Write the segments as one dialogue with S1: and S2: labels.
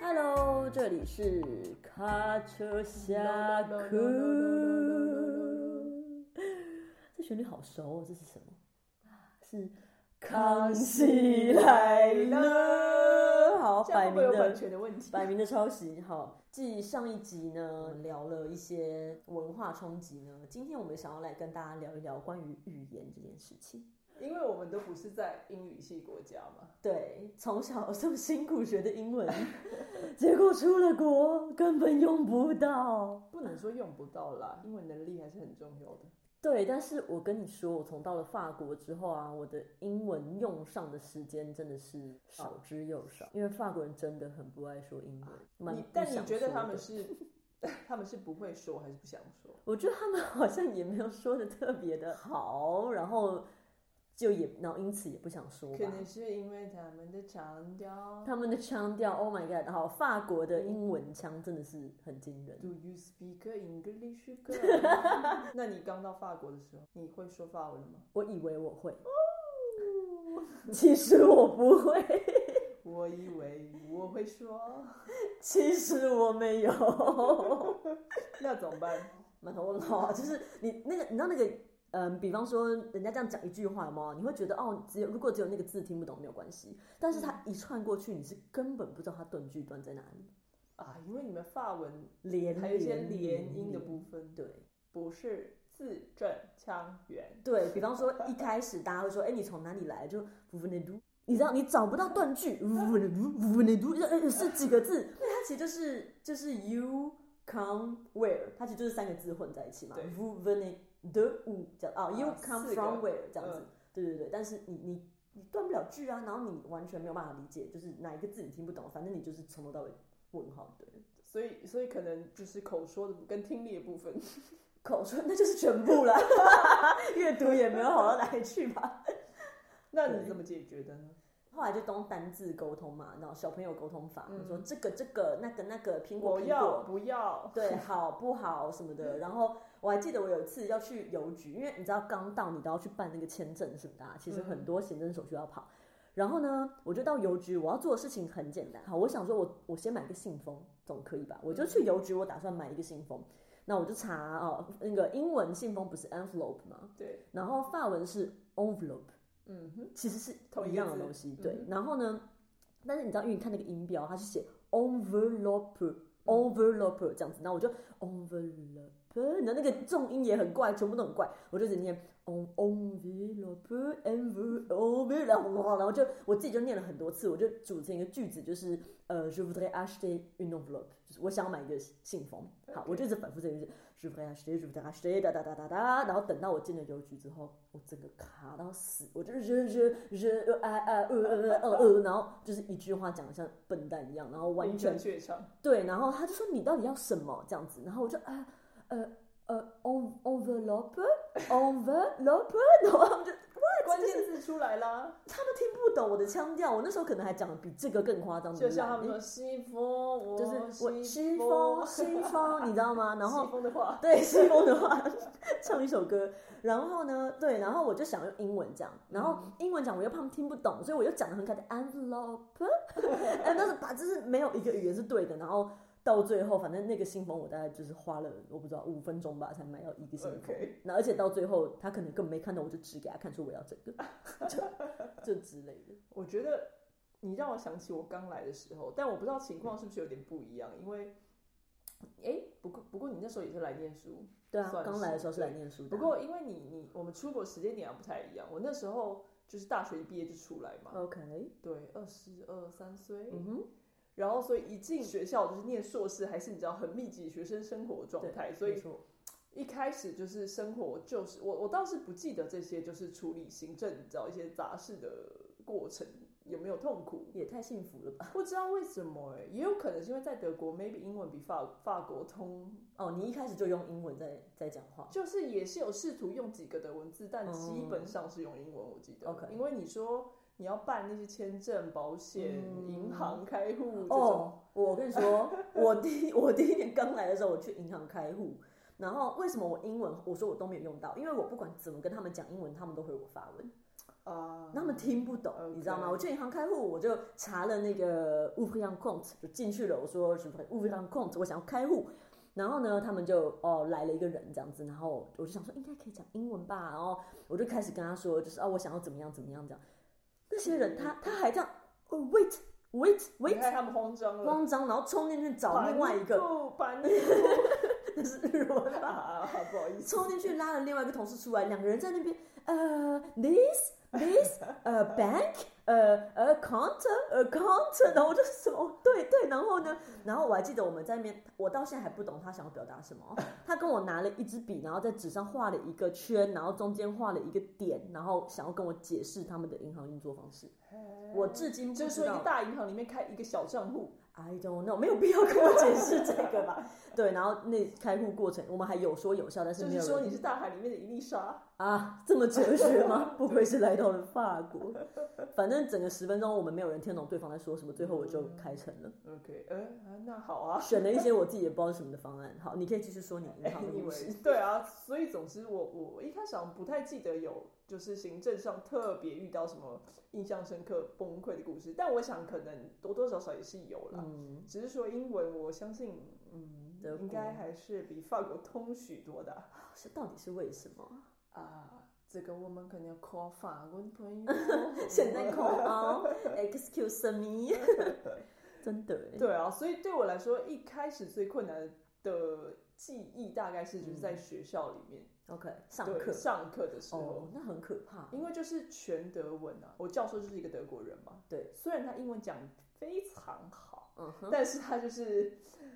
S1: Hello，这里是卡车下课。这旋律好熟哦，这是什么？是《康熙来了》。好，
S2: 这样
S1: 摆
S2: 会不
S1: 明
S2: 会有
S1: 的
S2: 版权的问题？
S1: 摆明的抄袭。好，继上一集呢我们聊了一些文化冲击呢，今天我们想要来跟大家聊一聊关于语言这件事情。
S2: 因为我们都不是在英语系国家嘛，
S1: 对，从小就辛苦学的英文， 结果出了国根本用不到。
S2: 不能说用不到啦，英文能力还是很重要的。
S1: 对，但是我跟你说，我从到了法国之后啊，我的英文用上的时间真的是少之又少，因为法国人真的很不爱说英文。蛮
S2: 啊你
S1: 不
S2: 但你
S1: 想
S2: 觉
S1: 说
S2: 得他
S1: 的
S2: 们 是他们是不会说还是不想说？
S1: 我觉得他们好像也没有说的特别的好，然后就也，然后因此也不想说
S2: 可
S1: 吧。
S2: 能是因为他们的腔调。
S1: 他们的腔调，Oh my God！好，法国
S2: 嗯
S1: 的英文腔真的是很惊人。
S2: Do you speak English, girl？那你刚到法国的时候，你会说法文吗？
S1: 我以为我会，
S2: 哦
S1: 其实我不会，
S2: 我以为我会说，
S1: 其实我没有。
S2: 那怎么办？
S1: 满头问号啊！就是你那个，你知道那个，嗯，比方说人家这样讲一句话吗？你会觉得哦，只有如果只有那个字听不懂没有关系，但是
S2: 嗯
S1: 它一串过去，你是根本不知道它断句断在哪里，
S2: 啊，因为你们法文
S1: 连
S2: 还有一些
S1: 连
S2: 连音的
S1: 连
S2: 部分，
S1: 对
S2: 不是字正腔圆。
S1: 对，比方说一开始大家会说，哎，你从哪里来？就 v n e d 你知道你找不到断句 v n e d v n e d 呃是几个字？那它其实就是就是 you come where，它其实就是三个字混在一起嘛
S2: 对
S1: v n e d 五这样啊，you
S2: 啊
S1: come
S2: 四个
S1: from where 这样子
S2: 嗯。
S1: 对对对，但是你你你断不了句啊，然后你完全没有办法理解，就是哪一个字你听不懂，反正你就是从头到尾问号的人。
S2: 所以，所以可能就是口说的跟听力的部分，
S1: 口说那就是全部了， 阅读也没有好到哪里去吧。
S2: 那你怎么解决的呢？
S1: 后来就都用单字沟通嘛，然后小朋友沟通法，
S2: 嗯
S1: 你说这个这个那个那个苹果
S2: 我
S1: 苹
S2: 要
S1: 果，
S2: 不要？
S1: 对，好不好什么的。然后我还记得我有一次要去邮局，因为你知道刚到你都要去办那个签证什么的、啊，其实很多行政手续要跑。然后呢，我就到邮局，我要做的事情很简单。好，我想说我我先买个信封总可以吧？我就去邮局，我打算买一个信封。那我就查哦，那个英文信封不是 envelope 吗？
S2: 对，
S1: 然后法文是 envelope。
S2: 嗯哼，
S1: 其实是
S2: 同一
S1: 一
S2: 个
S1: 样的
S2: 字
S1: 东西，对。然后呢，但是你知道，因为你看那个音标，它是写 envelope envelope 这样子，然后我就 envelope，你的那个重音也很怪，全部都很怪，我就只念 en envelope envelope，然后然后就我自己就念了很多次，我就组成一个句子，就是呃，je voudrais acheter une envelope，就是我想买一个信封。好，我就一直反复这个句子，je voudrais acheter，je voudrais acheter，哒哒哒哒哒。然后等到我进了邮局之后，我整个卡到死，我就是 je je je 啊啊呃呃呃呃，然后就是一句话讲的像笨蛋一样，然后完
S2: 名
S1: 全
S2: 正确唱，
S1: 对，然后他就说你到底要什么这样子，然后我就啊呃呃 en- envelope envelope，然 后他们就
S2: 关键字出来啦，
S1: 他们听不懂我的腔调，我那时候可能还讲的比这个更夸张的烂，
S2: 就像他们说西风，
S1: 嗯
S2: 我
S1: 就是我西
S2: 西
S1: 风西风，你知道吗？然后
S2: 西风的话，
S1: 对西风的话，唱一首歌。然后呢，对，然后我就想用英文讲，然后
S2: 嗯
S1: 英文讲我又怕他们听不懂，所以我又讲的很可爱的 envelope，哎，但是把就是没有一个语言是对的。然后到最后，反正那个信封我大概就是花了我不知道五分钟吧，才买到一个信封
S2: OK。
S1: 那而且到最后他可能根本没看到，我就指给他看说我要这个，就就之类的。
S2: 我觉得你让我想起我刚来的时候，但我不知道情况是不是有点不一样，因为，哎，不过不过你那时候也是来念书，
S1: 对啊，
S2: 算
S1: 刚来的
S2: 是
S1: 时候是来
S2: 对
S1: 念书的
S2: 不
S1: 啊。
S2: 过因为你你我们出国时间点还不太一样，我那时候就是大学一毕业就出来嘛，
S1: OK，
S2: 对，二十二三岁，
S1: 嗯哼，
S2: 然后所以一进学校就是念硕士，还是你知道很密集学生生活状态，所
S1: 没
S2: 以
S1: 错
S2: 一开始就是生活就是我我倒是不记得这些就是处理行政你知道一些杂事的过程有没有痛苦，
S1: 也太幸福了吧？
S2: 不知道为什么哎、也有可能是因为在德国 maybe 英文比法法国通，
S1: 哦，你一开始就用英文在在讲话。
S2: 就是也是有试图用几个的文字，但基本上是用英文，我记得。
S1: OK
S2: 因为你说你要办那些签证、保险、银行开户这种，
S1: 嗯哦，我跟你说，我第一我第一年刚来的时候，我去银行开户，然后为什么我英文我说我都没有用到？因为我不管怎么跟他们讲英文，他们都回我法文。
S2: 啊，
S1: 那他们听不懂
S2: OK
S1: 你知道吗？我去银行开户，我就查了那个 u p i a n Cont，就进去了。我说什么 u p i a n Cont，我想要开户。然后呢，他们就哦来了一个人这样子，然后我就想说应该可以讲英文吧，然后我就开始跟他说，就是哦我想要怎么样怎么样这样。那些人他他还这样、哦、wait wait
S2: 你
S1: wait
S2: 看他们慌张了，
S1: 慌张，然后冲进去找另外一个，
S2: 板栗兔，板
S1: 那是日文
S2: 栗兔 啊，不好意思，
S1: 冲进去拉了另外一个同事出来，两个人在那边，呃，this this 呃 bank 呃呃 counter 呃 counter，然后我就什么对对，然后呢，然后我还记得我们在那边，我到现在还不懂他想要表达什么。他跟我拿了一支笔，然后在纸上画了一个圈，然后中间画了一个点，然后想要跟我解释他们的银行运作方式。我至今不
S2: 就是
S1: 知
S2: 说一个
S1: 道
S2: 大银行里面开一个小账户，
S1: I don't know，没有必要跟我解释这个吧？ 对，然后那开户过程我们还有说有笑，但是
S2: 就
S1: 没有
S2: 是
S1: 人
S2: 说你是大海里面的一粒沙，
S1: 啊，这么哲学吗？ 不愧是来到了法国。反正整个十分钟我们没有人听懂对方在说什么，最后我就开成了，
S2: OK，呃，啊那好啊。
S1: 选了一些我自己也不知道是什么的方案。好，你 可以继续说你银
S2: 哎
S1: 行的故事。
S2: Anyway，对啊，所以总之我我我一开始好像不太记得有就是行政上特别遇到什么印象深刻崩溃的故事，但我想可能多多少少也是有啦。
S1: 嗯，
S2: 只是说英文，我相信嗯
S1: 德国
S2: 应该还是比法国通许多的
S1: 是到底是为什 么？，
S2: 啊。这个我们可能要 call 法国的朋友
S1: 现在口啊，excuse me，真的耶
S2: 对啊，所以对我来说，一开始最困难的记忆大概是就是在学校里面、
S1: ，OK，上
S2: 对
S1: 课
S2: 上课的时候。
S1: 哦，那很可怕。
S2: 因为就是全德文啊，我教授就是一个德国人嘛，
S1: 对，
S2: 虽然他英文讲非常好，
S1: 嗯哼
S2: 但是他就是、嗯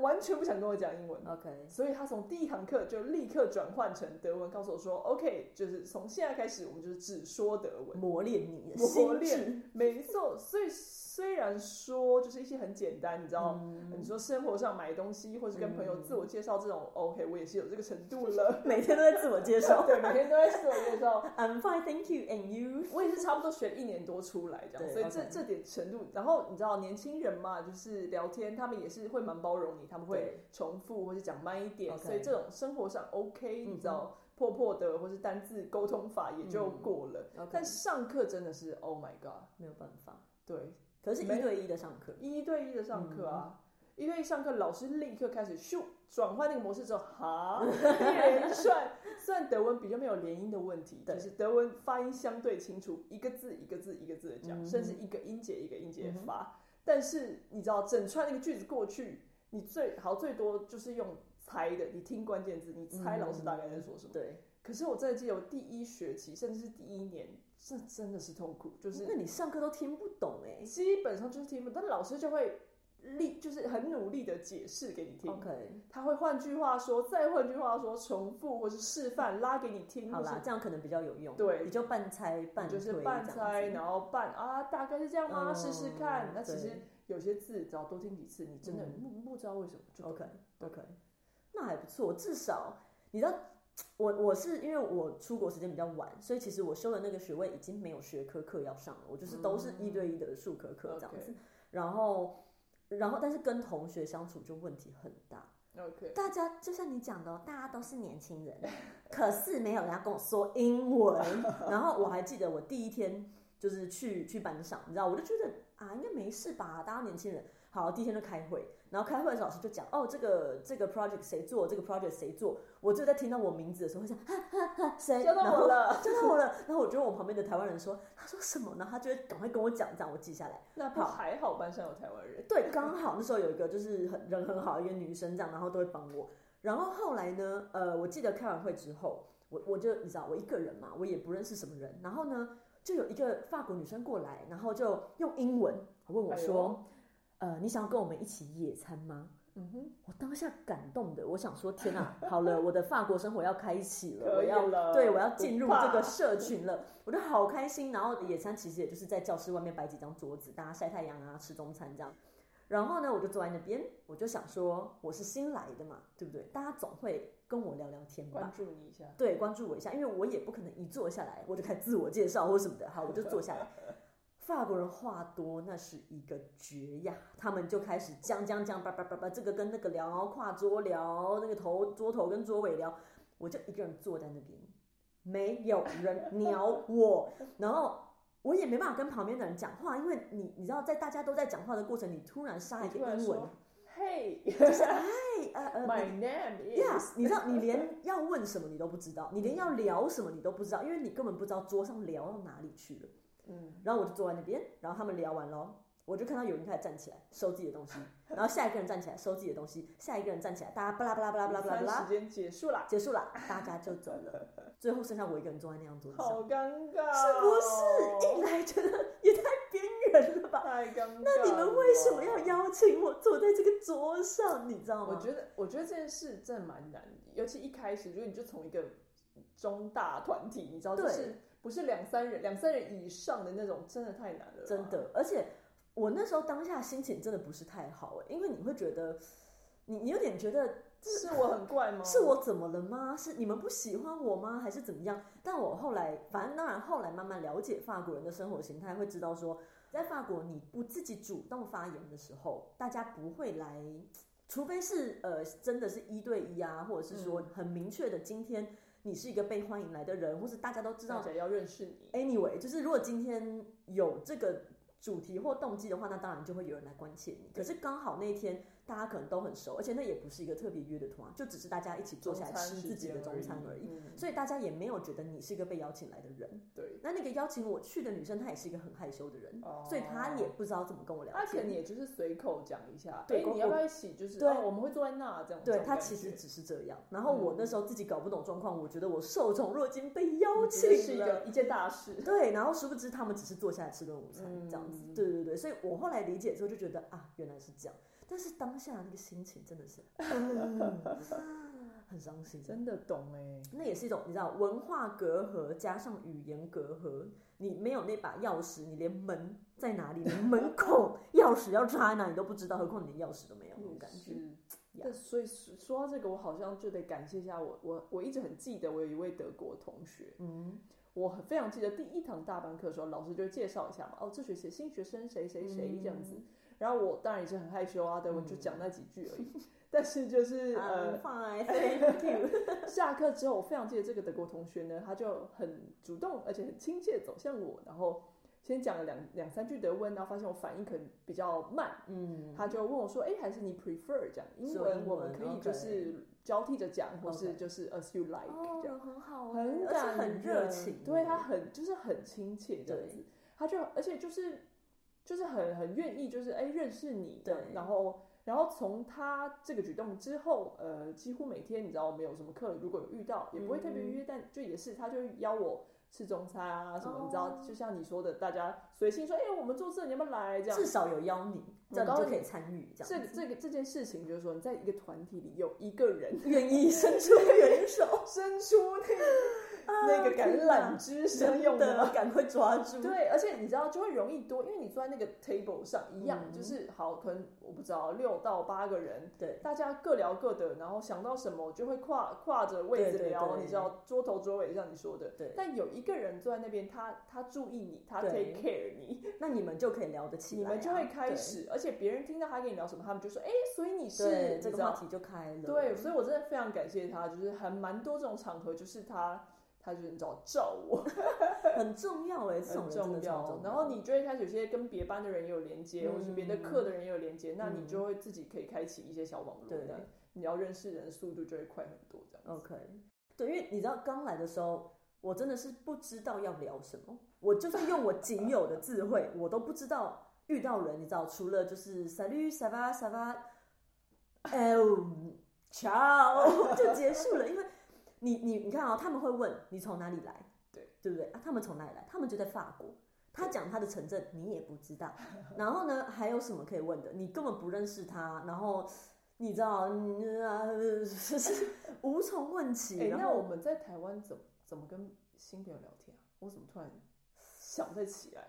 S2: 完全不想跟我讲英文，
S1: ，OK，
S2: 所以他从第一堂课就立刻转换成德文，告诉我说，OK，就是从现在开始我们就是只说德文，
S1: 磨练你的
S2: 磨
S1: 心
S2: 练
S1: 智。
S2: 没错。所以虽然说就是一些很简单，你知道。
S1: 嗯
S2: 你说生活上买东西，或是跟朋友自我介绍这种、o k 我也是有这个程度 了。
S1: 每天都在自我介绍
S2: 对，每天都在自我介绍，
S1: ，I'm fine, thank you, and you。
S2: 我也是差不多学一年多出来这样，
S1: 对
S2: 所以这
S1: OK
S2: 这点程度，然后你知道年轻人嘛，就是聊天，他们也是会蛮包容你，他们会
S1: 对
S2: 重复或是讲慢一点
S1: OK
S2: 所以这种生活上 OK，
S1: 嗯哼嗯
S2: 你知道、破破的或是单字沟通法也就过了。
S1: OK
S2: 但上课真的是 Oh my God，
S1: 没有办法。
S2: 对，
S1: 可是，一
S2: 没
S1: 对一的上课，
S2: 一对一的上课
S1: 嗯
S2: 啊。一对一上课，老师立刻开始咻转换那个模式之后， 哈，一连串。虽然德文比较没有连音的问题，
S1: 对
S2: 就是德文发音相对清楚，一个字一个字一个字的讲，
S1: 嗯哼嗯
S2: 甚至一个音节一个音节发。但是你知道，整串那个句子过去，你最好最多就是用猜的，你听关键字，你猜老师大概在说什么。
S1: 对，
S2: 可是我真的记得，我第一学期甚至是第一年，这真的是痛苦，就是
S1: 那你上课都听不懂哎、
S2: 基本上就是听不懂，但老师就会力，就是很努力的解释给你听。
S1: OK，
S2: 他会换句话说，再换句话说，重复或是示范拉给你听，
S1: 好
S2: 或
S1: 啦
S2: 是，
S1: 这样可能比较有用。
S2: 对
S1: 你就半猜半
S2: 你就
S1: 推
S2: 是
S1: 这样
S2: 半
S1: 子，
S2: 猜，然后半啊，大概是这样吗？
S1: 嗯
S2: 试试看。那
S1: 对嗯
S2: 其实有些字只要多听几次，你真的不不知道为什么就
S1: OK OK，那还不错，至少你知道。我我是因为我出国时间比较晚，所以其实我修的那个学位已经没有学科课要上了，我就是都是一对一的数科课这样
S2: 嗯
S1: 子。然后，然后但是跟同学相处就问题很大，
S2: OK。
S1: 大家就像你讲的哦，大家都是年轻人， 可是没有人要跟我说英 文。然后我还记得我第一天就是去去班上，你知道，我就觉得啊，应该没事吧，大家年轻人。好，第一天就开会，然后开会的时候老师就讲，哦，这个这个 project 谁做，这个 project 谁做。我就在听到我名字的时候会想，哈哈哈，谁？
S2: 交到
S1: 哎然后
S2: 我了，
S1: 交到我了。然后我觉得我旁边的台湾人说，他说什么呢？他就会赶快跟我讲，这样我记下来。
S2: 那不还好，班上有台湾人。
S1: 对，刚好那时候有一个就是很人很好的一个女生这样，然后都会帮我。然后后来呢，呃，我记得开完会之后，我我就你知道我一个人嘛，我也不认识什么人。然后呢，就有一个法国女生过来，然后就用英文问我
S2: 哎
S1: 说：“呃，你想要跟我们一起野餐吗
S2: 嗯哼，？”
S1: 我当下感动的，我想说：“天哪，好了，我的法国生活要开启了，我
S2: 可以啊
S1: 要
S2: 了。
S1: 对，我要进入这个
S2: 不怕
S1: 社群了，我就好开心。然后野餐其实也就是在教室外面摆几张桌子，大家晒太阳啊，吃中餐这样。然后呢，我就坐在那边，我就想说，我是新来的嘛，对不对？大家总会跟我聊聊天吧
S2: 关。注你一下。
S1: 对，关注我一下，因为我也不可能一坐下来我就开始自我介绍或什么的。好，我就坐下来。法国人话多，那是一个绝呀！他们就开始讲讲讲，叭叭叭叭，这个跟那个聊，然后跨桌聊，那个头桌头跟桌尾聊，我就一个人坐在那边，没有人鸟我，然后我也没办法跟旁边的人讲话，因为你你知道，在大家都在讲话的过程，你突然杀一个
S2: 你突然
S1: 英文
S2: 说，，Hey
S1: 就是哎呃呃
S2: my name is，
S1: Yes，你知道你连要问什么你都不知道，你连要聊什么你都不知道，因为你根本不知道桌上聊到哪里去了。
S2: 嗯，
S1: 然后我就坐在那边，然后他们聊完咯，我就看到有人开始站起来收自己的东西，然后下一个人站起来收自己的东西，下一个人站起来，大家巴拉巴拉巴拉巴拉巴拉
S2: 午
S1: 巴
S2: 餐
S1: 拉
S2: 时，间结束啦，
S1: 结束了，大家就走了， 最后剩下我一个人坐在那张桌子上，
S2: 好尴尬、哦
S1: 是哎不是？一？来觉得也太边缘了吧？啊
S2: 太尴尬。
S1: 那你们为什么要？邀请我坐在这个桌上？你知道吗？
S2: 我觉得，我觉得这件事真的蛮难的，尤其一开始，如果你就从一个中大团体，你知道，就
S1: 对
S2: 是不是两三人、两三人以上的那种，真的啊太难了。
S1: 真，的，而且我那时候当下心情真的不是太好、欸因为你会觉得，你你有点觉得
S2: 是我很怪吗？
S1: 是我怎么了吗？是你们不喜欢我吗？还是怎么样？但我后来，反正当然后来慢慢了解法国人的生活形态，会知道说，在法国你不自己主动发言的时候，大家不会来。除非是呃，真的是一对一啊，或者是说很明确的，今天你是一个被欢迎来的人，或是大家都知道哎
S2: 大家要认识你。
S1: Anyway，就是如果今天有这个主题或动机的话，那当然就会有人来关切你。可是刚好那一天大家可能都很熟，而且那也不是一个特别约的团，就只是大家一起坐下来吃自己的中餐而已。
S2: 嗯
S1: 所以大家也没有觉得你是一个被邀请来的人。
S2: 对，
S1: 那那个邀请我去的女生，她也是一个很害羞的人，
S2: 哦
S1: 嗯所以她也不知道怎么跟我聊
S2: 他可
S1: 天
S2: 能。也就是随口讲一下，
S1: 对
S2: 哎，
S1: 我
S2: 你要不要一起？就是
S1: 对
S2: 哦我们会坐在那这样。这
S1: 对
S2: 种
S1: 她
S2: 感
S1: 其实
S2: 觉
S1: 只是这样，然后
S2: 嗯
S1: 我那时候自己搞不懂状况，我觉得我受宠若惊，被邀
S2: 你觉
S1: 请
S2: 得是一
S1: 了
S2: 个一件大事。
S1: 对，然后殊不知他们只是坐下来吃顿午餐、这样子
S2: 嗯。
S1: 对对对，所以我后来理解之后就觉得啊，原来是这样。但是当下那个心情真的 是，嗯、很伤心。
S2: 真的懂哎、
S1: 那也是一种你知道文化隔阂加上语言隔阂，你没有那把钥匙，你连门在哪里，连门口钥匙要插在哪你都不知道，何况你连钥匙都没有那种感觉。
S2: 是。
S1: 呀
S2: 但所以说说到这个，我好像就得感谢一下我，我我一直很记得我有一位德国同学，
S1: 嗯
S2: 我很非常记得第一堂大班课的时候，老师就会介绍一下嘛，哦，这学期的新学生谁谁谁
S1: 嗯
S2: 这样子。然后我当然也是很害羞啊，对，我就讲那几句 而已。但是就是
S1: 啊
S2: 呃
S1: ，I'm，fine, thank you。
S2: 下课之后，我非常记得这个德国同学呢，他就很主动，而且很亲切地走向我，然后先讲了两两三句德文，然后发现我反应可能比较慢，
S1: 嗯，
S2: 他就问我说：“哎、还是你 prefer 讲英
S1: 说英
S2: 文？我
S1: 文
S2: 们可以
S1: OK
S2: 就是交替着讲，或是
S1: OK
S2: 就是 as you like
S1: 哦
S2: 这样，，
S1: 很好哎，
S2: 很
S1: 而且
S2: 感
S1: 很热
S2: 人
S1: 情耶，
S2: 对他很就是很亲切这样子，他就而且就是就是很很愿意就是哎、认识你这样，
S1: 对
S2: 然后。”然后从他这个举动之后，呃，几乎每天你知道我们有什么课，如果有遇到，也不会特别
S1: 嗯
S2: 约，但就也是他就邀我吃中餐啊什么，你知道
S1: 哦，
S2: 就像你说的，大家随性说，哎、我们做这，你要不要来？这样
S1: 至少有邀你，
S2: 我
S1: 这样
S2: 告
S1: 你
S2: 诉
S1: 就
S2: 你
S1: 可以参与，这
S2: 这
S1: 样子
S2: 这个这件事情，就是说你在一个团体里有一个人
S1: 愿意伸出援手，
S2: 伸出那个那个橄榄枝
S1: 真
S2: 相用
S1: 的
S2: 的。
S1: 赶快抓住。
S2: 对，而且你知道就会容易多，因为你坐在那个 table 上一样，
S1: 嗯
S2: 就是好，可能我不知道六到八个人，
S1: 对
S2: 大家各聊各的，然后想到什么就会跨跨着位
S1: 对
S2: 子
S1: 对
S2: 聊，
S1: 对
S2: 你知道桌头桌尾，像你说的。
S1: 对，
S2: 但有一个人坐在那边，他他注意你，他
S1: 对
S2: take care 你，
S1: 那你们就可以聊得起来
S2: 你
S1: 啊，
S2: 们就会开
S1: 对
S2: 始，而且别人听到他跟你聊什么，他们就说，哎，所以你是
S1: 对
S2: 你
S1: 这
S2: 知
S1: 个
S2: 道
S1: 话题就开了。
S2: 对，所以我真的非常感谢他，就是还蛮多这种场合，就是他，他就是你知道罩我，
S1: 很重要哎，这种 人哎真的
S2: 很重
S1: 是很
S2: 要。然后你就会开始有些跟别班的人也有连接，或是别的
S1: 嗯
S2: 课的人也有连接，那你就会自己可以开启一些小网络，
S1: 对嗯
S2: 那你要认识人的速度就会快很多，这样子。
S1: OK，对，因为你知道刚来的时候，我真的是不知道要聊什么，我就是用我仅有的智慧，我都不知道遇到人，你知道，除了就是 salut ça va ça va，哎呦，ciao 就结束了，因为你你你看啊、他们会问你从哪里来，
S2: 对
S1: 对不对啊？他们从哪里来？他们就在法国。他讲他的城镇，你也不知道。然后呢，还有什么可以问的？你根本不认识他，然后你知道，嗯啊，就是 无从问起。
S2: 哎、
S1: 然
S2: 那
S1: 后
S2: 我们在台湾怎么怎么跟新朋友聊天啊？我怎么突然想不太起来？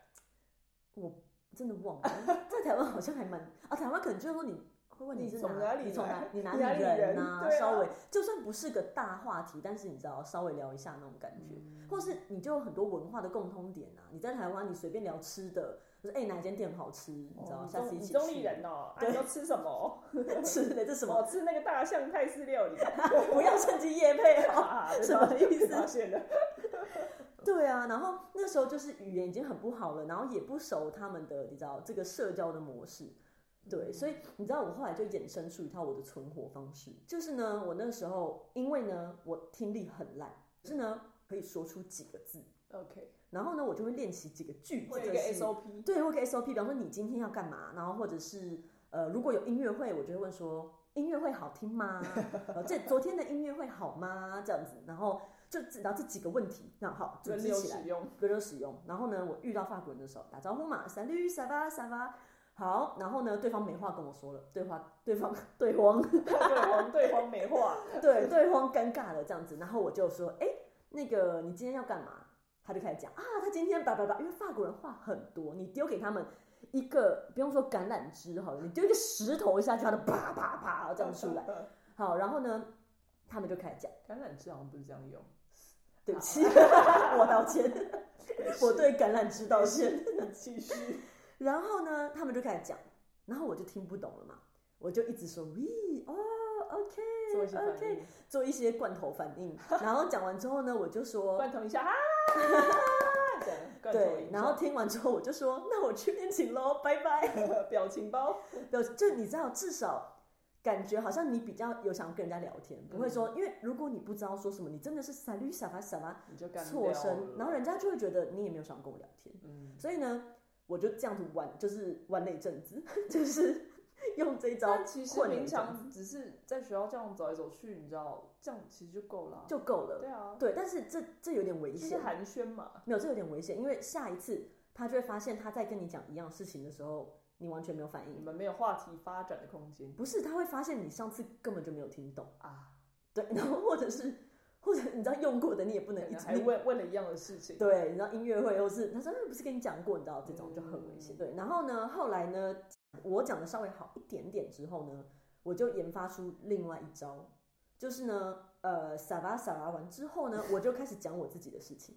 S1: 真的忘了，在台湾好像还蛮啊，台湾可能就是说你会问
S2: 你
S1: 是
S2: 从
S1: 哪
S2: 哪里
S1: 你从
S2: 来
S1: 哪你哪
S2: 你 哪里
S1: 人
S2: 人
S1: 啊？
S2: 对啊
S1: 稍微就算不是个大话题，但是你知道稍微聊一下那种感觉，或是你就有很多文化的共通点啊。你在台湾，你随便聊吃的，就是哎、哪一间店好吃，你知道，
S2: 哦
S1: 下次
S2: 中
S1: 一
S2: 你
S1: 起
S2: 中立
S1: 去。
S2: 人哦，啊，你要吃什么？
S1: 吃的这什么？
S2: 我吃那个大象泰式料理，
S1: 不要趁机夜配哦。
S2: 啊
S1: 什么意思
S2: 发现了。
S1: 对啊，然后那时候就是语言已经很不好了，然后也不熟他们的，你知道这个社交的模式。
S2: 嗯
S1: 对，所以你知道我后来就衍生出一套我的存活方式，就是呢，我那时候因为呢我听力很烂，可是呢可以说出几个字，
S2: OK，
S1: 然后呢我就会练习几个句子，
S2: 会
S1: 或
S2: 有一个
S1: 者是
S2: SOP，
S1: 对，我给 SOP，比方说你今天要干嘛，然后或者是呃，如果有音乐会，我就会问说音乐会好听吗？呃，这昨天的音乐会好吗？这样子，然后就知道这几个问题，那好组
S2: 轮
S1: 织
S2: 流
S1: 起来
S2: 使，用。
S1: 轮流使用。然后呢，我遇到法国人的时候打招呼嘛，萨绿萨巴萨巴。好，然后呢，对方没话跟我说了，对话对方 对方
S2: 对黄对黄美化，
S1: 对对方尴尬了这样子，然后我就说，哎，那个你今天要干嘛？他就开始讲啊，他今天叭叭叭，因为法国人话很多，你丢给他们一个不用说橄榄枝好了，你丢一个石头下去，他就啪啪啪这样出 来。好，然后呢，他们就开始讲，
S2: 橄榄枝好像不是这样用，
S1: 对不起，我道歉，我
S2: 是
S1: 对橄榄枝道歉。
S2: 你继 续。
S1: 然后呢，他们就开始讲，然后我就听不懂了嘛，我就一直说 we 哦，OK
S2: 做一些反
S1: OK，
S2: 应，
S1: 做一些罐头反应。然后讲完之后呢，我就说
S2: 罐头一下啊，这样罐头一
S1: 对，
S2: 下
S1: 然后听完之后我就说那我去练琴喽， 拜拜。
S2: 表情包，
S1: 有就你知道，至少感觉好像你比较有想跟人家聊天，不会说，因为如果你不知道说什么，你真的是傻驴傻吧傻吧
S2: 嗯你就干
S1: 错
S2: 掉
S1: 声，
S2: 了
S1: 然后人家就会觉得你也没有想跟我聊天。
S2: 嗯，
S1: 所以呢，我就这样子玩，就是玩了一阵子， 就是用这一招
S2: 但其实
S1: 混了
S2: 平
S1: 一阵
S2: 常只是在学校这样走来走去，你知道，这样其实就够了。
S1: 就够了。
S2: 对啊，
S1: 对，但是这这有点危
S2: 就
S1: 险
S2: 是，寒暄嘛，
S1: 没有这有点危险，因为下一次他就会发现他在跟你讲一样事情的时候，你完全没有反
S2: 你
S1: 应。
S2: 们没有话题发展的空间
S1: 不是，他会发现你上次根本就没有听懂，
S2: 啊，
S1: 对，然后或者是或者你知道用过的你也不
S2: 可
S1: 能一
S2: 能
S1: 直
S2: 还问问了一样的事情，
S1: 对，你知道音乐会又是他说那哎不是跟你讲过，你知道这种
S2: 嗯
S1: 就很危险。对，然后呢，后来呢，我讲的稍微好一点点之后呢，我就研发出另外一招，就是呢，呃，撒巴撒巴完之后呢，我就开始讲我自己的事情，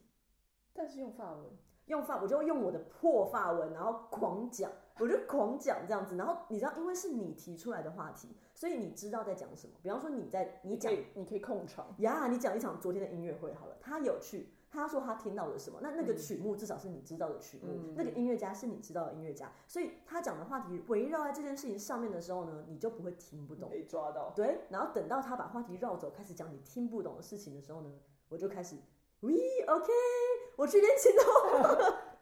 S2: 但是用法文，
S1: 用法我就用我的破法文，然后狂讲，我就狂讲这样子。然后你知道，因为是你提出来的话题，所以你知道在讲什么。比方说你在你
S2: 你
S1: 讲
S2: 可以你可以控场，
S1: 呀你讲一场昨天的音乐会好了，他有去，他说他听到了什么，那那个
S2: 嗯
S1: 曲目至少是你知道的曲目，
S2: 嗯
S1: 那个音乐家是你知道的音乐家，所以他讲的话题围绕在这件事情上面的时候呢，你就不会听不懂。
S2: 可以抓到。
S1: 对，然后等到他把话题绕走，开始讲你听不懂的事情的时候呢，我就开始喂 OK，我去练琴了。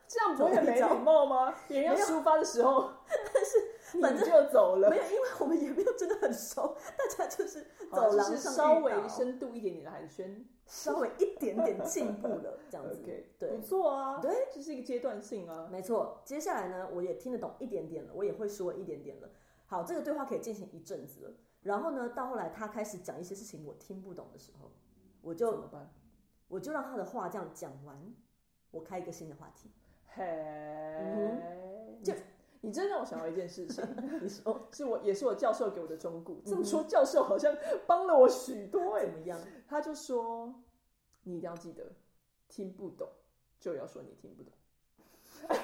S2: 这样不会很没礼貌吗？别人要抒发的时候，
S1: 反
S2: 但是
S1: 正
S2: 你就走 了
S1: 没，有，因为我们也没有真的很熟，大家就是
S2: 好
S1: 走
S2: 哦就
S1: 廊
S2: 是
S1: 上
S2: 稍
S1: 遇
S2: 微
S1: 到
S2: 深度一点点的寒暄。
S1: 稍微一点点进步了，这样子。
S2: OK，
S1: 对
S2: 不错啊，
S1: 对，
S2: 这是一个阶段性啊。
S1: 没错，接下来呢，我也听得懂一点点了，我也会说一点点了。好，这个对话可以进行一阵子了。然后呢，到后来他开始讲一些事情我听不懂的时候，我
S2: 怎
S1: 就
S2: 么办？
S1: 我就让他的话这样讲完，我开一个新的话题。
S2: 嘿，
S1: 嗯哼
S2: 就
S1: 就
S2: 你真让我想到一件事情，
S1: 你说
S2: 是我也是我教授给我的忠告。这么
S1: 嗯哼
S2: 说，教授好像帮了我许多哎、
S1: 怎么样？
S2: 他就说，你一定要记得，听不懂就要说你听不懂，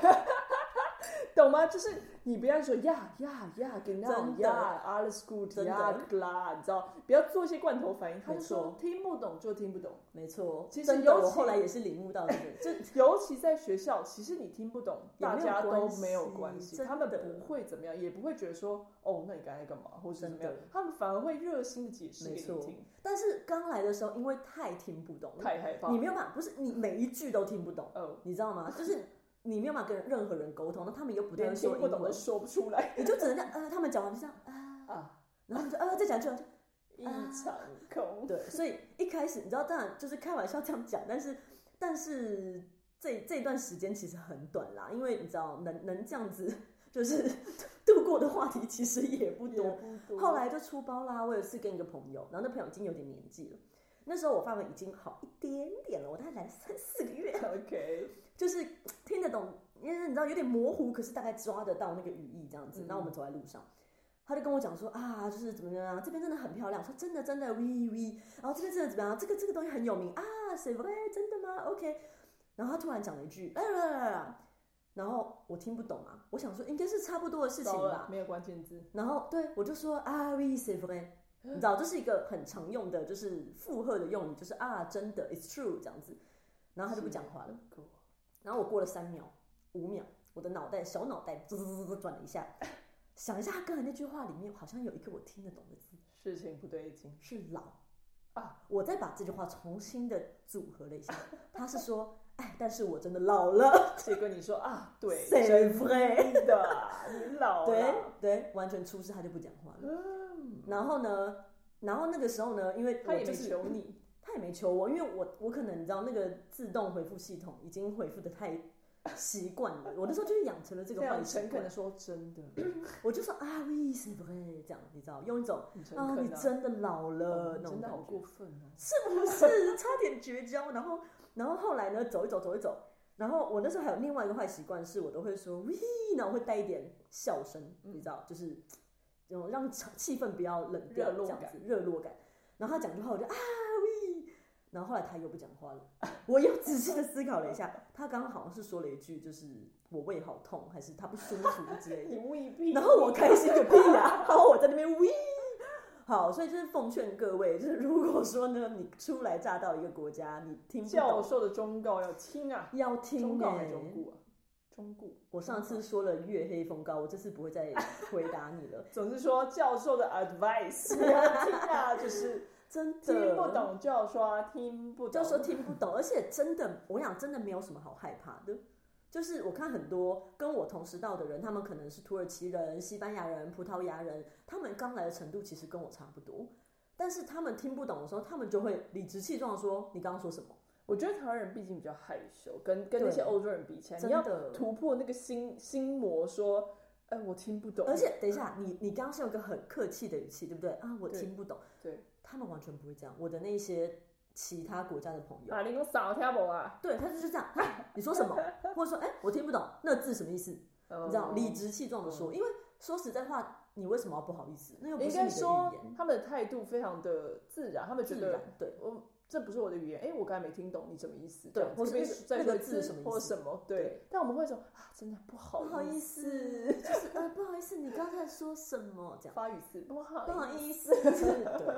S2: 懂吗？就是你不要说呀呀呀，给那
S1: 真的
S2: 呀，alles good
S1: 真的
S2: 呀，klar，你知道，不要做一些罐头反应。他就
S1: 没
S2: 说
S1: 错
S2: 听不懂就听不懂。
S1: 没错，
S2: 其实
S1: 真的，
S2: 尤其
S1: 我后来也是领悟到这个，这
S2: 尤其在学校，其实你听不懂，
S1: 也没
S2: 大
S1: 有
S2: 家都
S1: 关系
S2: 没有关系，
S1: 真
S2: 他们
S1: 的
S2: 不会怎么样，也不会觉得说哦，那你刚才干嘛，或是怎么样
S1: 真的，
S2: 他们反而会热心的解释给
S1: 没
S2: 你
S1: 错
S2: 听。
S1: 但是刚来的时候，因为太听不懂了，
S2: 太害怕
S1: 你，没有办法，不是你每一句都听不懂，
S2: 哦，
S1: 你知道吗？就是你没有办法跟任何人沟通，那他们又不
S2: 连
S1: 断
S2: 听
S1: 说
S2: 不
S1: 英
S2: 懂都
S1: 文，
S2: 说不出来
S1: 你就只能这样呃，他们讲完就这样啊。
S2: 啊，
S1: 然后你就呃再讲就
S2: 一场空。
S1: 对，所以一开始你知道，当然就是开玩笑这样讲，但是但是这这段时间其实很短啦，因为你知道能能这样子就是 度过的话题其实也不
S2: 也
S1: 多。
S2: 不多
S1: 后来就出包啦，我有一次跟一个朋友，然后那朋友已经有点年纪了，那时候我发文已经好一点点了，我大概来了三四个月，
S2: OK，
S1: 就是听得懂，因为你知道有点模糊，可是大概抓得到那个语义这样子。
S2: 嗯
S1: 然后我们走在路上，他就跟我讲说啊，就是怎么样啊，这边真的很漂亮，我说真的真的，we we，然后这边真的怎么样，这个这个东西很有名啊，谁不哎真的吗？OK，然后他突然讲了一句，来来来来，然后我听不懂啊，我想说应该是差不多的事情
S2: 糟了，
S1: 吧，
S2: 没有关键字，
S1: 然后对我就说啊，we s a v e 你知道这是一个很常用的，就是附和的用语，就是啊，真的，it's true 这样子。然后他就不讲话了。
S2: 酷
S1: 然后我过了三秒、五秒，我的脑袋小脑袋滋滋滋滋转了一下，想一下他刚才那句话里面好像有一个我听得懂的字
S2: 事情不对劲
S1: 是老。
S2: 啊，
S1: 我再把这句话重新的组合了一下，他是说，哎，但是我真的老了，
S2: 结果你说啊， 对，
S1: 谁
S2: 真
S1: 会？
S2: 的，你老
S1: 对
S2: 了，
S1: 对，完全出事，他就不讲话了。
S2: 嗯，
S1: 然后呢，然后那个时候呢，因为
S2: 他
S1: 我
S2: 也
S1: 就
S2: 没
S1: 是
S2: 求你，
S1: 他也没求我，因为我我可能你知道那个自动回复系统已经回复的太习惯了，我那时候就是养成了这
S2: 这
S1: 个坏
S2: 样
S1: 习
S2: 诚恳
S1: 惯
S2: 的，说 真的，
S1: 我就说啊，为什么会这样？你知道，用一种
S2: 很诚
S1: 啊，你
S2: 恳啊，
S1: 真的老了
S2: 哦
S1: 那种
S2: 真的
S1: 感觉。
S2: 好过分哦，
S1: 是不是 差点绝交？然后，然后后来呢，走一走，走一走。然后我那时候还有另外一个坏习惯，是我都会说“喂”，然后会带一点笑声，
S2: 嗯
S1: 你知道，就是这种让场气氛不要冷掉，
S2: 热络
S1: 这样
S2: 感
S1: 子热络感。然后他讲句话，我就啊喂，然后后来他又不讲话了。 我又仔细的思考了一下，他刚刚好像是说了一句，就是我胃好痛，还是他不舒服之类的。
S2: 你未必，啊
S1: 然后我开心个屁啊呀、 然后我在那边喂。好，所以就是奉劝各位，就是如果说呢，你初来乍到一个国家，你听不
S2: 教
S1: 懂，
S2: 授的忠告要听啊，
S1: 要听欸
S2: 忠
S1: 呢、
S2: 告还是忠固啊？忠固。
S1: 我上次说了月黑风高，我这次不会再回答你了，
S2: 总是说教授的 advice 你要听啊，就是
S1: 真的
S2: 听不，懂就要说听不懂，
S1: 就说听不懂， 而且真的，我想真的没有什么好害怕的。就是我看很多跟我同时到的人，他们可能是土耳其人、西班牙人、葡萄牙人，他们刚来的程度其实跟我差不多，但是他们听不懂的时候，他们就会理直气壮地说：“你刚刚说什么？”
S2: 我觉得台湾人毕竟比较害羞，跟跟那
S1: 对
S2: 些欧洲人比起来，
S1: 真
S2: 你要
S1: 的
S2: 突破那个心心魔，说，哎、我听不懂。
S1: 而且等一下，你你刚刚是用一个很客气的语气，对不对啊？我
S2: 对
S1: 听不懂，
S2: 对，
S1: 他们完全不会这样。我的那些其他国家的朋友，
S2: 啊，你给我少听不啊？
S1: 对他就是这样，哎你说什么，或者说哎，我听不懂那字什么意思？
S2: 你
S1: 你知道，理直气壮的说，因为说实在话，你为什么要不好意思？那又不
S2: 应
S1: 是你
S2: 该
S1: 的
S2: 说
S1: 语言，
S2: 他们的态度非常的自然，他们觉
S1: 自
S2: 得
S1: 然对。
S2: 我这不是我的语言，哎、我刚才没听懂你什么意思，
S1: 对
S2: 这样
S1: 或是
S2: 可不可以
S1: 那个
S2: 再
S1: 那
S2: 说
S1: 个
S2: 一
S1: 字
S2: 次
S1: 什么意思
S2: 或什么，对。
S1: 对
S2: 但我们会说啊，真的不好
S1: 不好意
S2: 意
S1: 思，就是呃，不好意思，你刚才说什么？这样
S2: 发语词不好
S1: 不好
S2: 意
S1: 意思，就是对。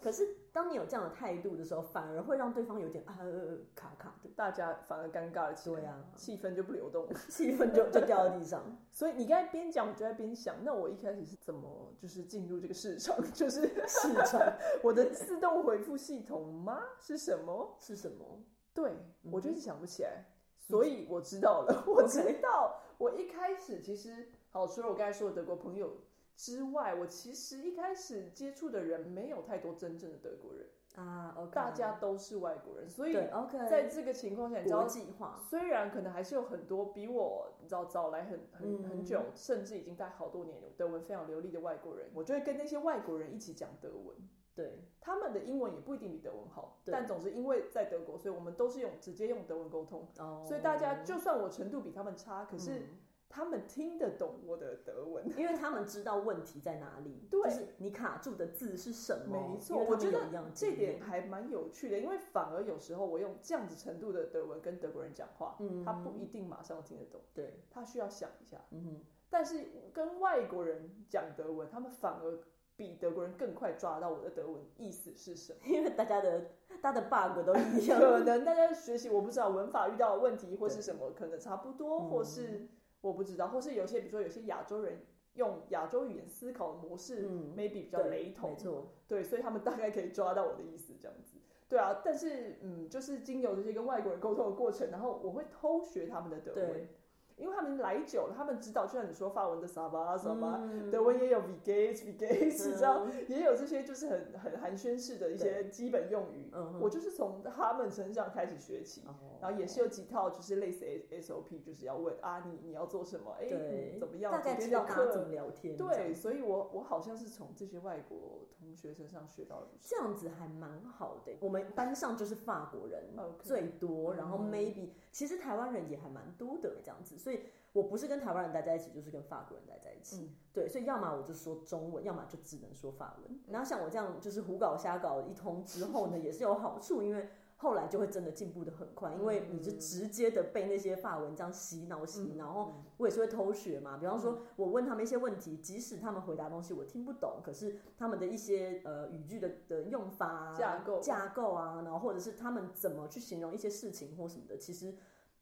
S1: 可是当你有这样的态度的时候，反而会让对方有点啊、呃、卡卡的
S2: 思，，大家反而尴尬了起来，
S1: 对啊
S2: 气氛就不流动了。
S1: 气氛就就掉到地上。
S2: 所以你刚才边讲，我就在边想，那我一开始是怎么就是进入这个市场？ 就是
S1: 市场
S2: 我的自动回复系统吗？是什么？嗯
S1: 是什么？
S2: 对，
S1: 嗯
S2: 我就一直想不起来，所以我知道了，我
S1: OK
S2: 知道，我一开始其实好，除了我刚才说的德国朋友之外，我其实一开始接触的人没有太多真正的德国人，
S1: 啊，OK，
S2: 大家都是外国人，所以
S1: 对 OK，
S2: 在这个情况下，你知道
S1: 国际化，
S2: 虽然可能还是有很多比我你知道早来很很
S1: 嗯
S2: 很久，甚至已经待好多年德文非常流利的外国人，我就会跟那些外国人一起讲德文。
S1: 对
S2: 他们的英文也不一定比德文好，
S1: 对
S2: 但总之因为在德国，所以我们都是用直接用德文沟通，
S1: 哦，
S2: 所以大家就算我程度比他们差，可
S1: 嗯
S2: 是他们听得懂我的德文。
S1: 因为他们知道问题在哪里，
S2: 对
S1: 就是你卡住的字是什么，
S2: 没错
S1: 因为他
S2: 我
S1: 们
S2: 觉得
S1: 有一样的
S2: 这
S1: 经验
S2: 点，还蛮有趣的，因为反而有时候我用这样子程度的德文跟德国人讲话，
S1: 嗯，
S2: 他不一定马上听得懂，
S1: 对，
S2: 他需要想一下。
S1: 嗯哼，
S2: 但是跟外国人讲德文，他们反而比德国人更快抓到我的德文意思是什么。
S1: 因为大家的大家的 bug 都一 样，
S2: 可能大家学习我不知道文法遇到的问题或是什么，可能差不多，
S1: 嗯
S2: 或是我不知道，或是有些比如说有些亚洲人用亚洲语言思考的模式、
S1: 嗯
S2: m a y b e 比
S1: 比
S2: 较雷同
S1: 没，错，
S2: 对，所以他们大概可以抓到我的意思这样子。对啊，但是嗯，就是经由这些跟外国人沟通的过程，然后我会偷学他们的德文
S1: 对，
S2: 因为他们来久了，他们知道，就像你说法文的 s a v a s a v a
S1: 嗯
S2: 德文也有 v g a t e v g a t e 你知道，
S1: 嗯
S2: 也有这些就是很很寒暄式的一些基本用语。
S1: 嗯哼
S2: 我就是从他们身上开始学起，
S1: 哦
S2: 然后也是有几套就是类似 S O P，就是要问啊你你要做什么，哎、
S1: 对
S2: 你怎么样，
S1: 大概
S2: 今
S1: 知
S2: 天
S1: 道
S2: 的
S1: 大家怎么
S2: 课。
S1: 聊天，这
S2: 对，
S1: 样，
S2: 所以我我好像是从这些外国同学身上学到了不少。
S1: 这样子还蛮好的。我们班上就是法国人
S2: OK
S1: 最多，然后
S2: 嗯
S1: maybe 其实台湾人也还蛮多的这样子，所以我不是跟台湾人待在一起，就是跟法国人待在一起。
S2: 嗯
S1: 对，所以要么我就说中文，要么 就只能说法文。然后像我这样就是胡搞瞎搞一通之后呢，也是有好处，因为后来就会真的进步的很快，因为你是直接的被那些法文这样洗脑洗脑，然
S2: 嗯
S1: 后我也是会偷学嘛。比方说，我问他们一些问题，即使他们回答东西我听不懂，可是他们的一些呃语句的的用法、啊、
S2: 嗯架构
S1: 架构啊，然后或者是他们怎么去形容一些事情或什么的，其实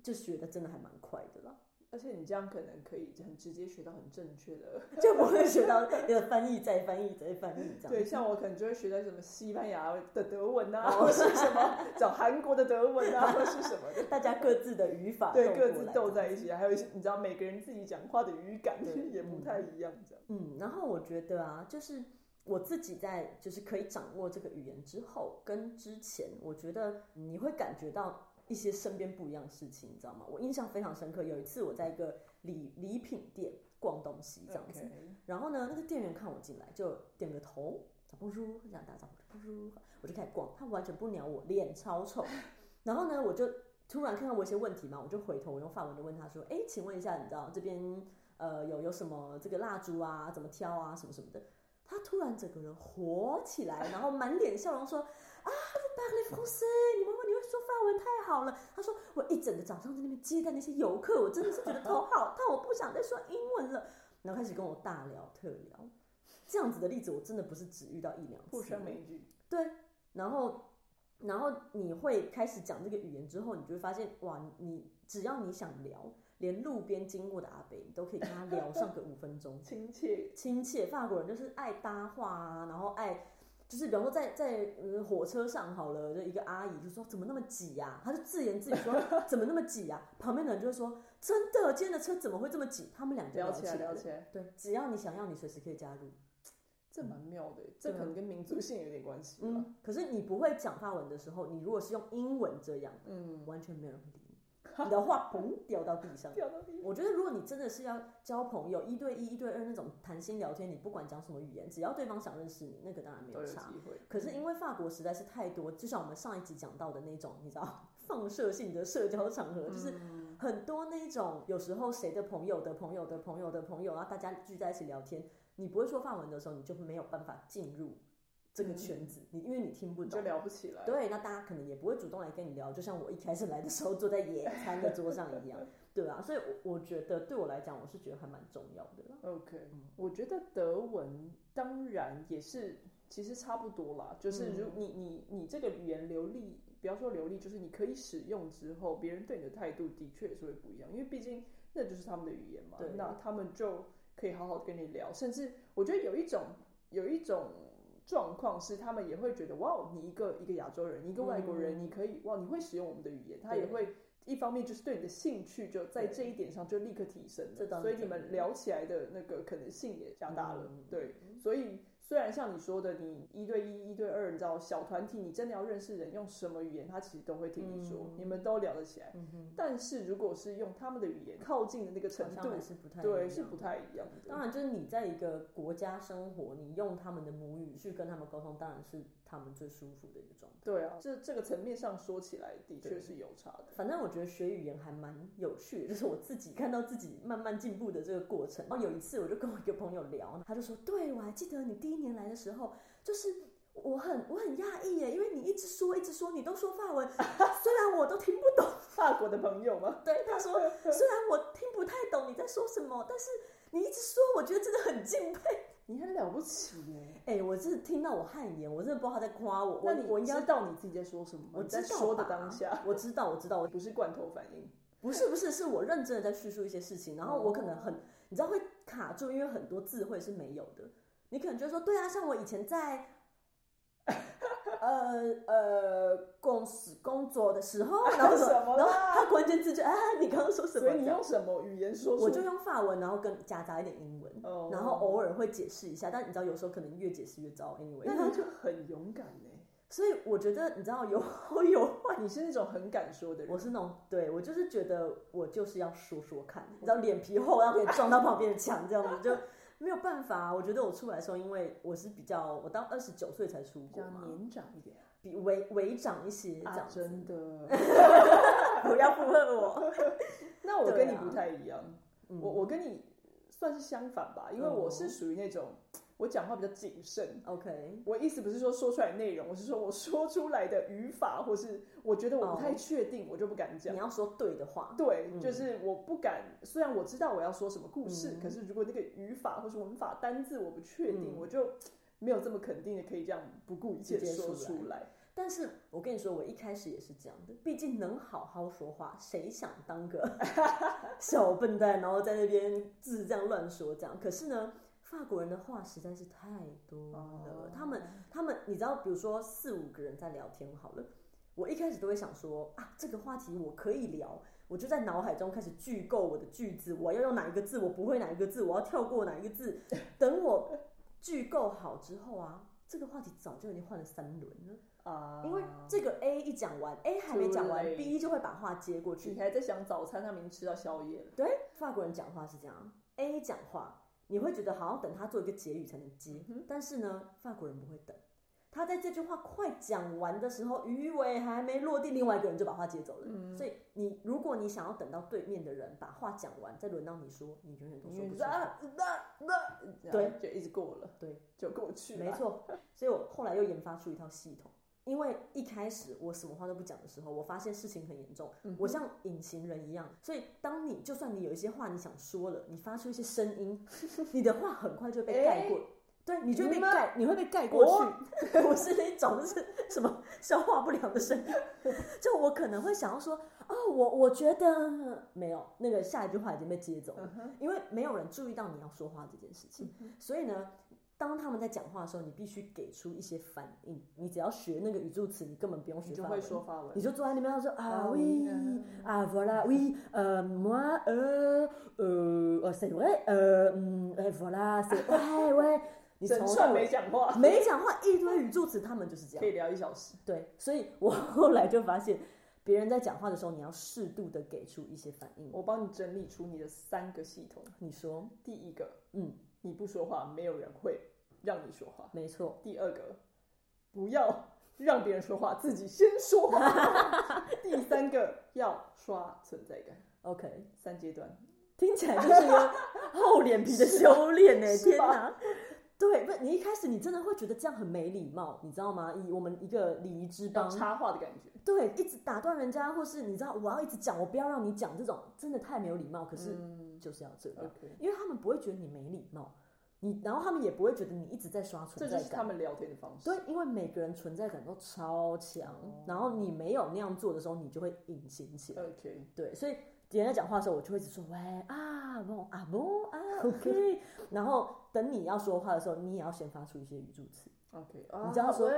S1: 就学的真的还蛮快的啦。
S2: 而且你这样可能可以很直接学到很正确的，
S1: 就不会学到 那个翻译再翻译再翻译这样。
S2: 对，像我可能就会学到什么西班牙的德文
S1: 哦
S2: 啊，或是什么找韩国的德文啊，或是什 么的，
S1: 大家各自的语法
S2: 对，
S1: 斗
S2: 各
S1: 过
S2: 自
S1: 来
S2: 斗
S1: 这样
S2: 在一起，还有一些你知道每个人自己讲话的语感
S1: 对
S2: 也不太一样，这样。
S1: 嗯，然后我觉得啊，就是我自己在就是可以掌握这个语言之后，跟之前，我觉得你会感觉到一些身边不一样的事情，你知道吗？我印象非常深刻，有一次我在一个礼礼品店逛东西这样子
S2: OK，
S1: 然后呢，那个店员看我进来就点个头，打不如这样打招呼，不如我就开始逛，他完全不鸟我，脸超臭。然后呢，我就突然看到我一些问题嘛，我就回头我用法文就问他说：“哎，请问一下，你知道这边呃有有什么这个蜡烛啊，怎么挑啊，什么什么的。”他突然整个人火起来，然后满脸笑容说：“啊，vous parlez français，你们会你会说法文太好了。”他说：“我一整个早上在那边接待那些游客，我真的是觉得头好痛，我不想再说英文了。”然后开始跟我大聊特聊，这样子的例子我真的不是只遇到一两次，
S2: 互相美句，
S1: 对，然后然后你会开始讲这个语言之后，你就会发现哇，你只要你想聊，连路边经过的阿北，你都可以跟他聊上个五分钟。
S2: 亲切，
S1: 亲切，法国人就是爱搭话啊，然后爱。就是比方说在在嗯火车上好了，就一个阿姨就说怎么那么挤呀、她就自言自语说怎么那么挤呀、旁边的人就会说真的，今天的车怎么会这么挤？他们俩就
S2: 聊
S1: 起
S2: 起来
S1: 了
S2: 聊起来，
S1: 对，只要你想要，你随时可以加入。
S2: 这蛮妙的，这可能跟民族性有点关系吧。
S1: 嗯，可是你不会讲法文的时候，你如果是用英文这样，
S2: 嗯，
S1: 完全没有人会理你，你的话砰掉到地上。
S2: 掉到地
S1: 我觉得如果你真的是要交朋友，一对一、一对二那种谈心聊天，你不管讲什么语言，只要对方想认识你，那个当然没
S2: 都有
S1: 有
S2: 机
S1: 差。
S2: 会。
S1: 可是因为法国实在是太多，就像我们上一集讲到的那种，你知道，放射性的社交场
S2: 嗯
S1: 合，就是很多那种有时候谁的朋友的朋友的朋友的朋友，然后大家聚在一起聊天，你不会说法文的时候，你就没有办法进入这
S2: 嗯
S1: 个圈子，你因为你听不
S2: 你就
S1: 懂。
S2: 聊不起来，
S1: 对，那大家可能也不会主动来跟你聊，就像我一开始来的时候坐在野餐的桌上 一样，对吧、所以我我觉得对我来讲，我是觉得还蛮重要的啦。
S2: OK，、我觉得德文当然也是，其实差不多啦。就是如
S1: 嗯
S2: 你你你这个语言流利，不要说流利，就是你可以使用之后，别人对你的态度的确也是会不一样，因为毕竟那就是他们的语言嘛
S1: 对。
S2: 那他们就可以好好地跟你聊，甚至我觉得有一种有一种状况是，他们也会觉得哇哦，你一个一个亚洲人，你一个外国人，你可以哇，你会使用我们的语言，他也
S1: 嗯对
S2: 会。一方面就是对你的兴趣就在这一点上就立刻提升
S1: 这倒是
S2: 了，所以你
S1: 真的
S2: 们聊起来的那个可能性也加大了。
S1: 嗯
S2: 对，所以虽然像你说的，你一对一、一对二，你知道小团体，你真的要认识人，用什么语言，他其实都会听你说，你们都聊得起来。
S1: 嗯哼，
S2: 但是如果是用他们的语言靠近的那个程
S1: 好
S2: 度
S1: 像，还是不太一
S2: 对，
S1: 样
S2: 是不太一样的。
S1: 当然，就是你在一个国家生活，你用他们的母语去跟他们沟通，当然是他们最舒服的一个状态。
S2: 对啊，这这个层面上说起来，的确
S1: 对
S2: 是有差的。
S1: 反正我觉得学语言还蛮有趣的，就是我自己看到自己慢慢进步的这个过程。然后有一次，我就跟我一个朋友聊，他就说：“对，我还记得你第一年来的时候，就是我很我很讶异耶，因为你一直说一直说，你都说法文， 虽然我都听不懂。
S2: 法国的朋友吗？
S1: 对，他说虽然我听不太懂你在说什么，但是你一直说，我觉得真的很敬佩。
S2: 你很了不起耶！
S1: 哎、我是听到我汗颜，我真的不知道他在夸我。
S2: 那
S1: 我
S2: 你
S1: 我应该
S2: 知道你自己在说什么吗？
S1: 我
S2: 你
S1: 知
S2: 在
S1: 道
S2: 说的
S1: 吧
S2: 当下，
S1: 我知道，我知道，我
S2: 不是罐头反应。
S1: 不是不是，是我认真的在叙述一些事情，然后我可能
S2: 哦
S1: 很，你知道会卡住，因为很多智慧是没有的。你可能就会说，对啊，像我以前 在，呃呃公司工作的时候，然后
S2: 啊什么啦
S1: 然后他关键字就啊，你刚刚说什么？
S2: 所以你
S1: 这样
S2: 用什么语言说出？
S1: 我就用法文，然后跟夹杂一点英文
S2: 哦
S1: 然后偶尔会解释一下，但你知道有时候可能越解释越糟，anyway。
S2: 那他就很勇敢 呢、
S1: 所以我觉得你知道有 好有坏。
S2: 你是那种很敢说的人，
S1: 我是那种，对我就是觉得我就是要说说看，你知
S2: 嗯
S1: 道脸皮厚，然后可以撞到旁边的墙，这样子就没有办法、啊我觉得我出来的时候，因为我是比较，我到二十九岁才出
S2: 比
S1: 国
S2: 较
S1: 嘛，
S2: 年长一点
S1: 比微微长一些这
S2: 啊
S1: 样，子。
S2: 真的。
S1: 不要附和我。
S2: 那我跟你
S1: 对啊
S2: 嗯哦不太一样，我我跟你算是相反吧，因为我是属于那种，我讲话比较谨慎。
S1: OK，
S2: 我意思不是说说出来内容，我是说我说出来的语法，或是我觉得我不太确定，我就不敢讲
S1: 你。要说对的话，
S2: 对，
S1: 嗯
S2: 就是我不敢。虽然我知道我要说什么故事，
S1: 嗯
S2: 可是如果那个语法或是文法单字我不确定，
S1: 嗯
S2: 我就没有这么肯定的可以这样不顾一切
S1: 直接
S2: 说
S1: 说
S2: 出来。
S1: 但是我跟你说，我一开始也是这样的，毕竟能好好说话，谁想当 个小笨蛋，然后在那边字这样乱说这样？可是呢，法国人的话实在是太多了，他们他们，你知道，比如说四五个人在聊天好了，我一开始都会想说啊，这个话题我可以聊，我就在脑海中开始聚构我的句子，我要用哪一个字，我不会哪一个字，我要跳过哪一个字。等我聚构好之后啊，这个话题早就已经换了三轮了，
S2: 啊，
S1: 因为这个 A 一讲完，A 还没讲完
S2: Too late
S1: ，B 就会把话接过去
S2: 你。还在想早餐，他们已经吃到宵夜了。
S1: 对，法国人讲话是这样，A 讲话你会觉得好像等他做一个结语才能接，
S2: 嗯
S1: 但是呢，法国人不会等。他在这句话快讲完的时候，鱼尾还没落地，另外一个人就把话接走了。
S2: 嗯
S1: 所以你如果你想要等到对面的人把话讲完，再轮到你说，你永远都说不
S2: 你
S1: 出
S2: 说
S1: 来。
S2: 啊那那，
S1: 对
S2: 然后就一直过了，
S1: 对，
S2: 就过去了。
S1: 没错，所以我后来又研发出一套系统。因为一开始我什么话都不讲的时候，我发现事情很严重，我像隐形人一样。所以当你就算你有一些话你想说了，你发出一些声音，你的话很快就被盖过，对你就哦被
S2: 你们
S1: 盖，你会被盖过去。 我是那种就是什么消化不良的声音，就我可能会想要说，哦，我我觉得没有那个下一句话已经被接走了，
S2: 嗯
S1: 因为没有人注意到你要说话这件事情，所以呢。当他们在讲话的时候，你必须给出一些反应。你只要学那个语助词，你根本不用学
S2: 你就
S1: 法文
S2: 会说法文
S1: 你。就坐在那边，他说啊
S2: 啊
S1: ，oui
S2: oui,
S1: ah voilà oui euh moi euh euh oh, c'est vrai euh mm, eh, voilà c'est ouais ouais，你
S2: 整
S1: 从头
S2: 串
S1: 到
S2: 没
S1: 尾
S2: 讲话，
S1: 没讲话，一堆语助词，他们就是这
S2: 可以
S1: 样。
S2: 聊一小时。
S1: 对，所以我后来就发现，别人在讲话的时候，你要适度的给出一些反应。
S2: 我帮你整理出你的三个系统。
S1: 你说，
S2: 第一个，
S1: 嗯，
S2: 你不说话，没有人会让你说话。
S1: 没错，
S2: 第二个，不要让别人说话，自己先说话。 第三个，要刷存在感。
S1: OK，
S2: 三阶段，
S1: 听起来就是一个厚脸皮的修炼呢、
S2: 是吧
S1: 天哪！对，不，你一开始你真的会觉得这样很没礼貌，你知道吗？以我们一个礼仪之邦，
S2: 插话的感觉。
S1: 对，一直打断人家，或是你知道我要一直讲，我不要让你讲，这种真的太没有礼貌。可是
S2: 嗯
S1: 就是要这样，
S2: ，OK，
S1: 因为他们不会觉得你没礼貌，你然后他们也不会觉得你一直在刷
S2: 这
S1: 存
S2: 就
S1: 在
S2: 是他
S1: 感。
S2: 们聊天的方式。
S1: 对，因为每个人存在感都超强，
S2: 哦
S1: 然后你没有那样做的时候，你就会隐形起来。
S2: ，OK，
S1: 对，所以别人在讲话的时候，我就会一直说喂啊不啊不啊 OK，然后等你要说话的时候，你也要先发出一些语助词，
S2: OK，
S1: 你知道说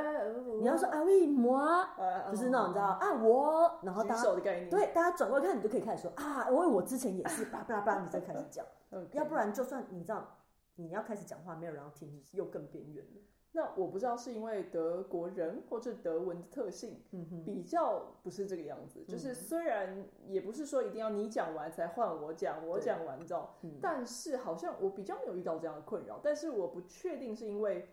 S1: 你要说啊喂moi，
S2: 呃
S1: 就是那种你知道啊我，然后
S2: 举
S1: 大家
S2: 手的概念，
S1: 对，大家转过来看，你就可以开始说啊，因为我之前也是叭叭叭，你再开始讲，
S2: OK，
S1: 要不然就算你知道你要开始讲话，没有人要听，又更边缘了。
S2: 那我不知道是因为德国人或者德文的特性，
S1: 嗯哼，
S2: 比较不是这个样子。就是虽然也不是说一定要你讲完才换我讲，我讲完你知道，
S1: 嗯
S2: 但是好像我比较没有遇到这样的困扰。但是我不确定是因为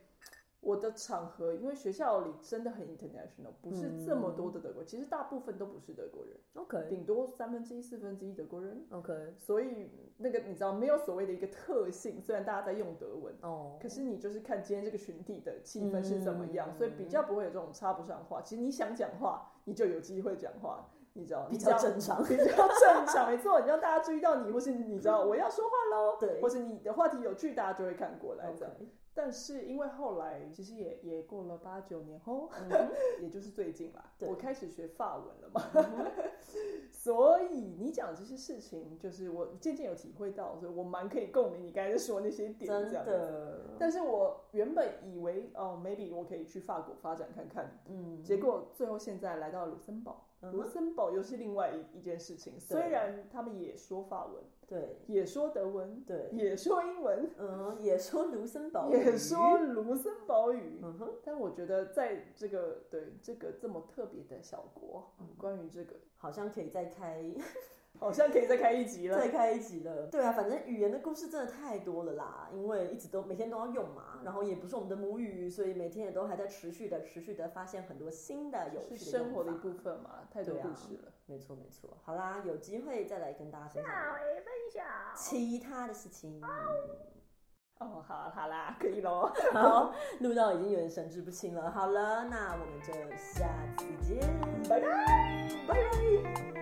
S2: 我的场合，因为学校里真的很 international，不是这么多的
S1: 嗯
S2: 德国，其实大部分都不是德国人，
S1: ，OK
S2: 顶多三分之一、四分之一德国人。
S1: OK，
S2: 所以那个你知道没有所谓的一个特性，虽然大家在用德文，
S1: 哦，
S2: 可是你就是看今天这个群体的气氛是怎么样，
S1: 嗯
S2: 所以比较不会有这种插不上话。其实你想讲话，你就有机会讲话，你知道。
S1: 比较正常
S2: 比较正常，没错。你让大家注意到你，或是你知道我要说话喽，
S1: 对
S2: 或是你的话题有趣，大家就会看过 来这
S1: OK，
S2: 样。但是因为后来其实也也过了八九年后，
S1: 嗯
S2: 也就是最近啦，
S1: 对嗯
S2: 我开始学法文了嘛， 所以你讲这些事情，就是我渐渐有体会到，所以我蛮可以共鸣你刚才说那些 点
S1: 真
S2: 这样。
S1: 的，
S2: 但是我原本以为哦，maybe 我可以去法国发展看看，
S1: 嗯，
S2: 结果最后现在来到卢森堡，
S1: 嗯
S2: 卢森堡又是另外一一件事情。虽然他们也说法文，
S1: 对
S2: 也说德文，
S1: 对，
S2: 也说英文，
S1: 嗯，也说卢森堡语，
S2: 也说卢森堡语，
S1: 嗯哼，
S2: 但我觉得在这个对这个这么特别的小国，关于这个
S1: 好像可以再开
S2: 好像可以再开一集了
S1: 再。开一集了。对啊，反正语言的故事真的太多了啦，因为一直都每天都要用嘛，然后也不是我们的母语，所以每天也都还在持续的、持续的发现很多新的有
S2: 是
S1: 趣的
S2: 生活的一
S1: 用法
S2: 部分嘛，太多
S1: 对啊
S2: 故事了。
S1: 没错没错，好啦，有
S2: 啊
S1: 机会再来跟大家分享
S3: 回分享。
S1: 其他的事情。
S2: 哦，好啦好啦，可 以喽。
S1: 好，录到已经有点神志不清了。好了，那我们就下次见，
S2: 拜拜，拜拜。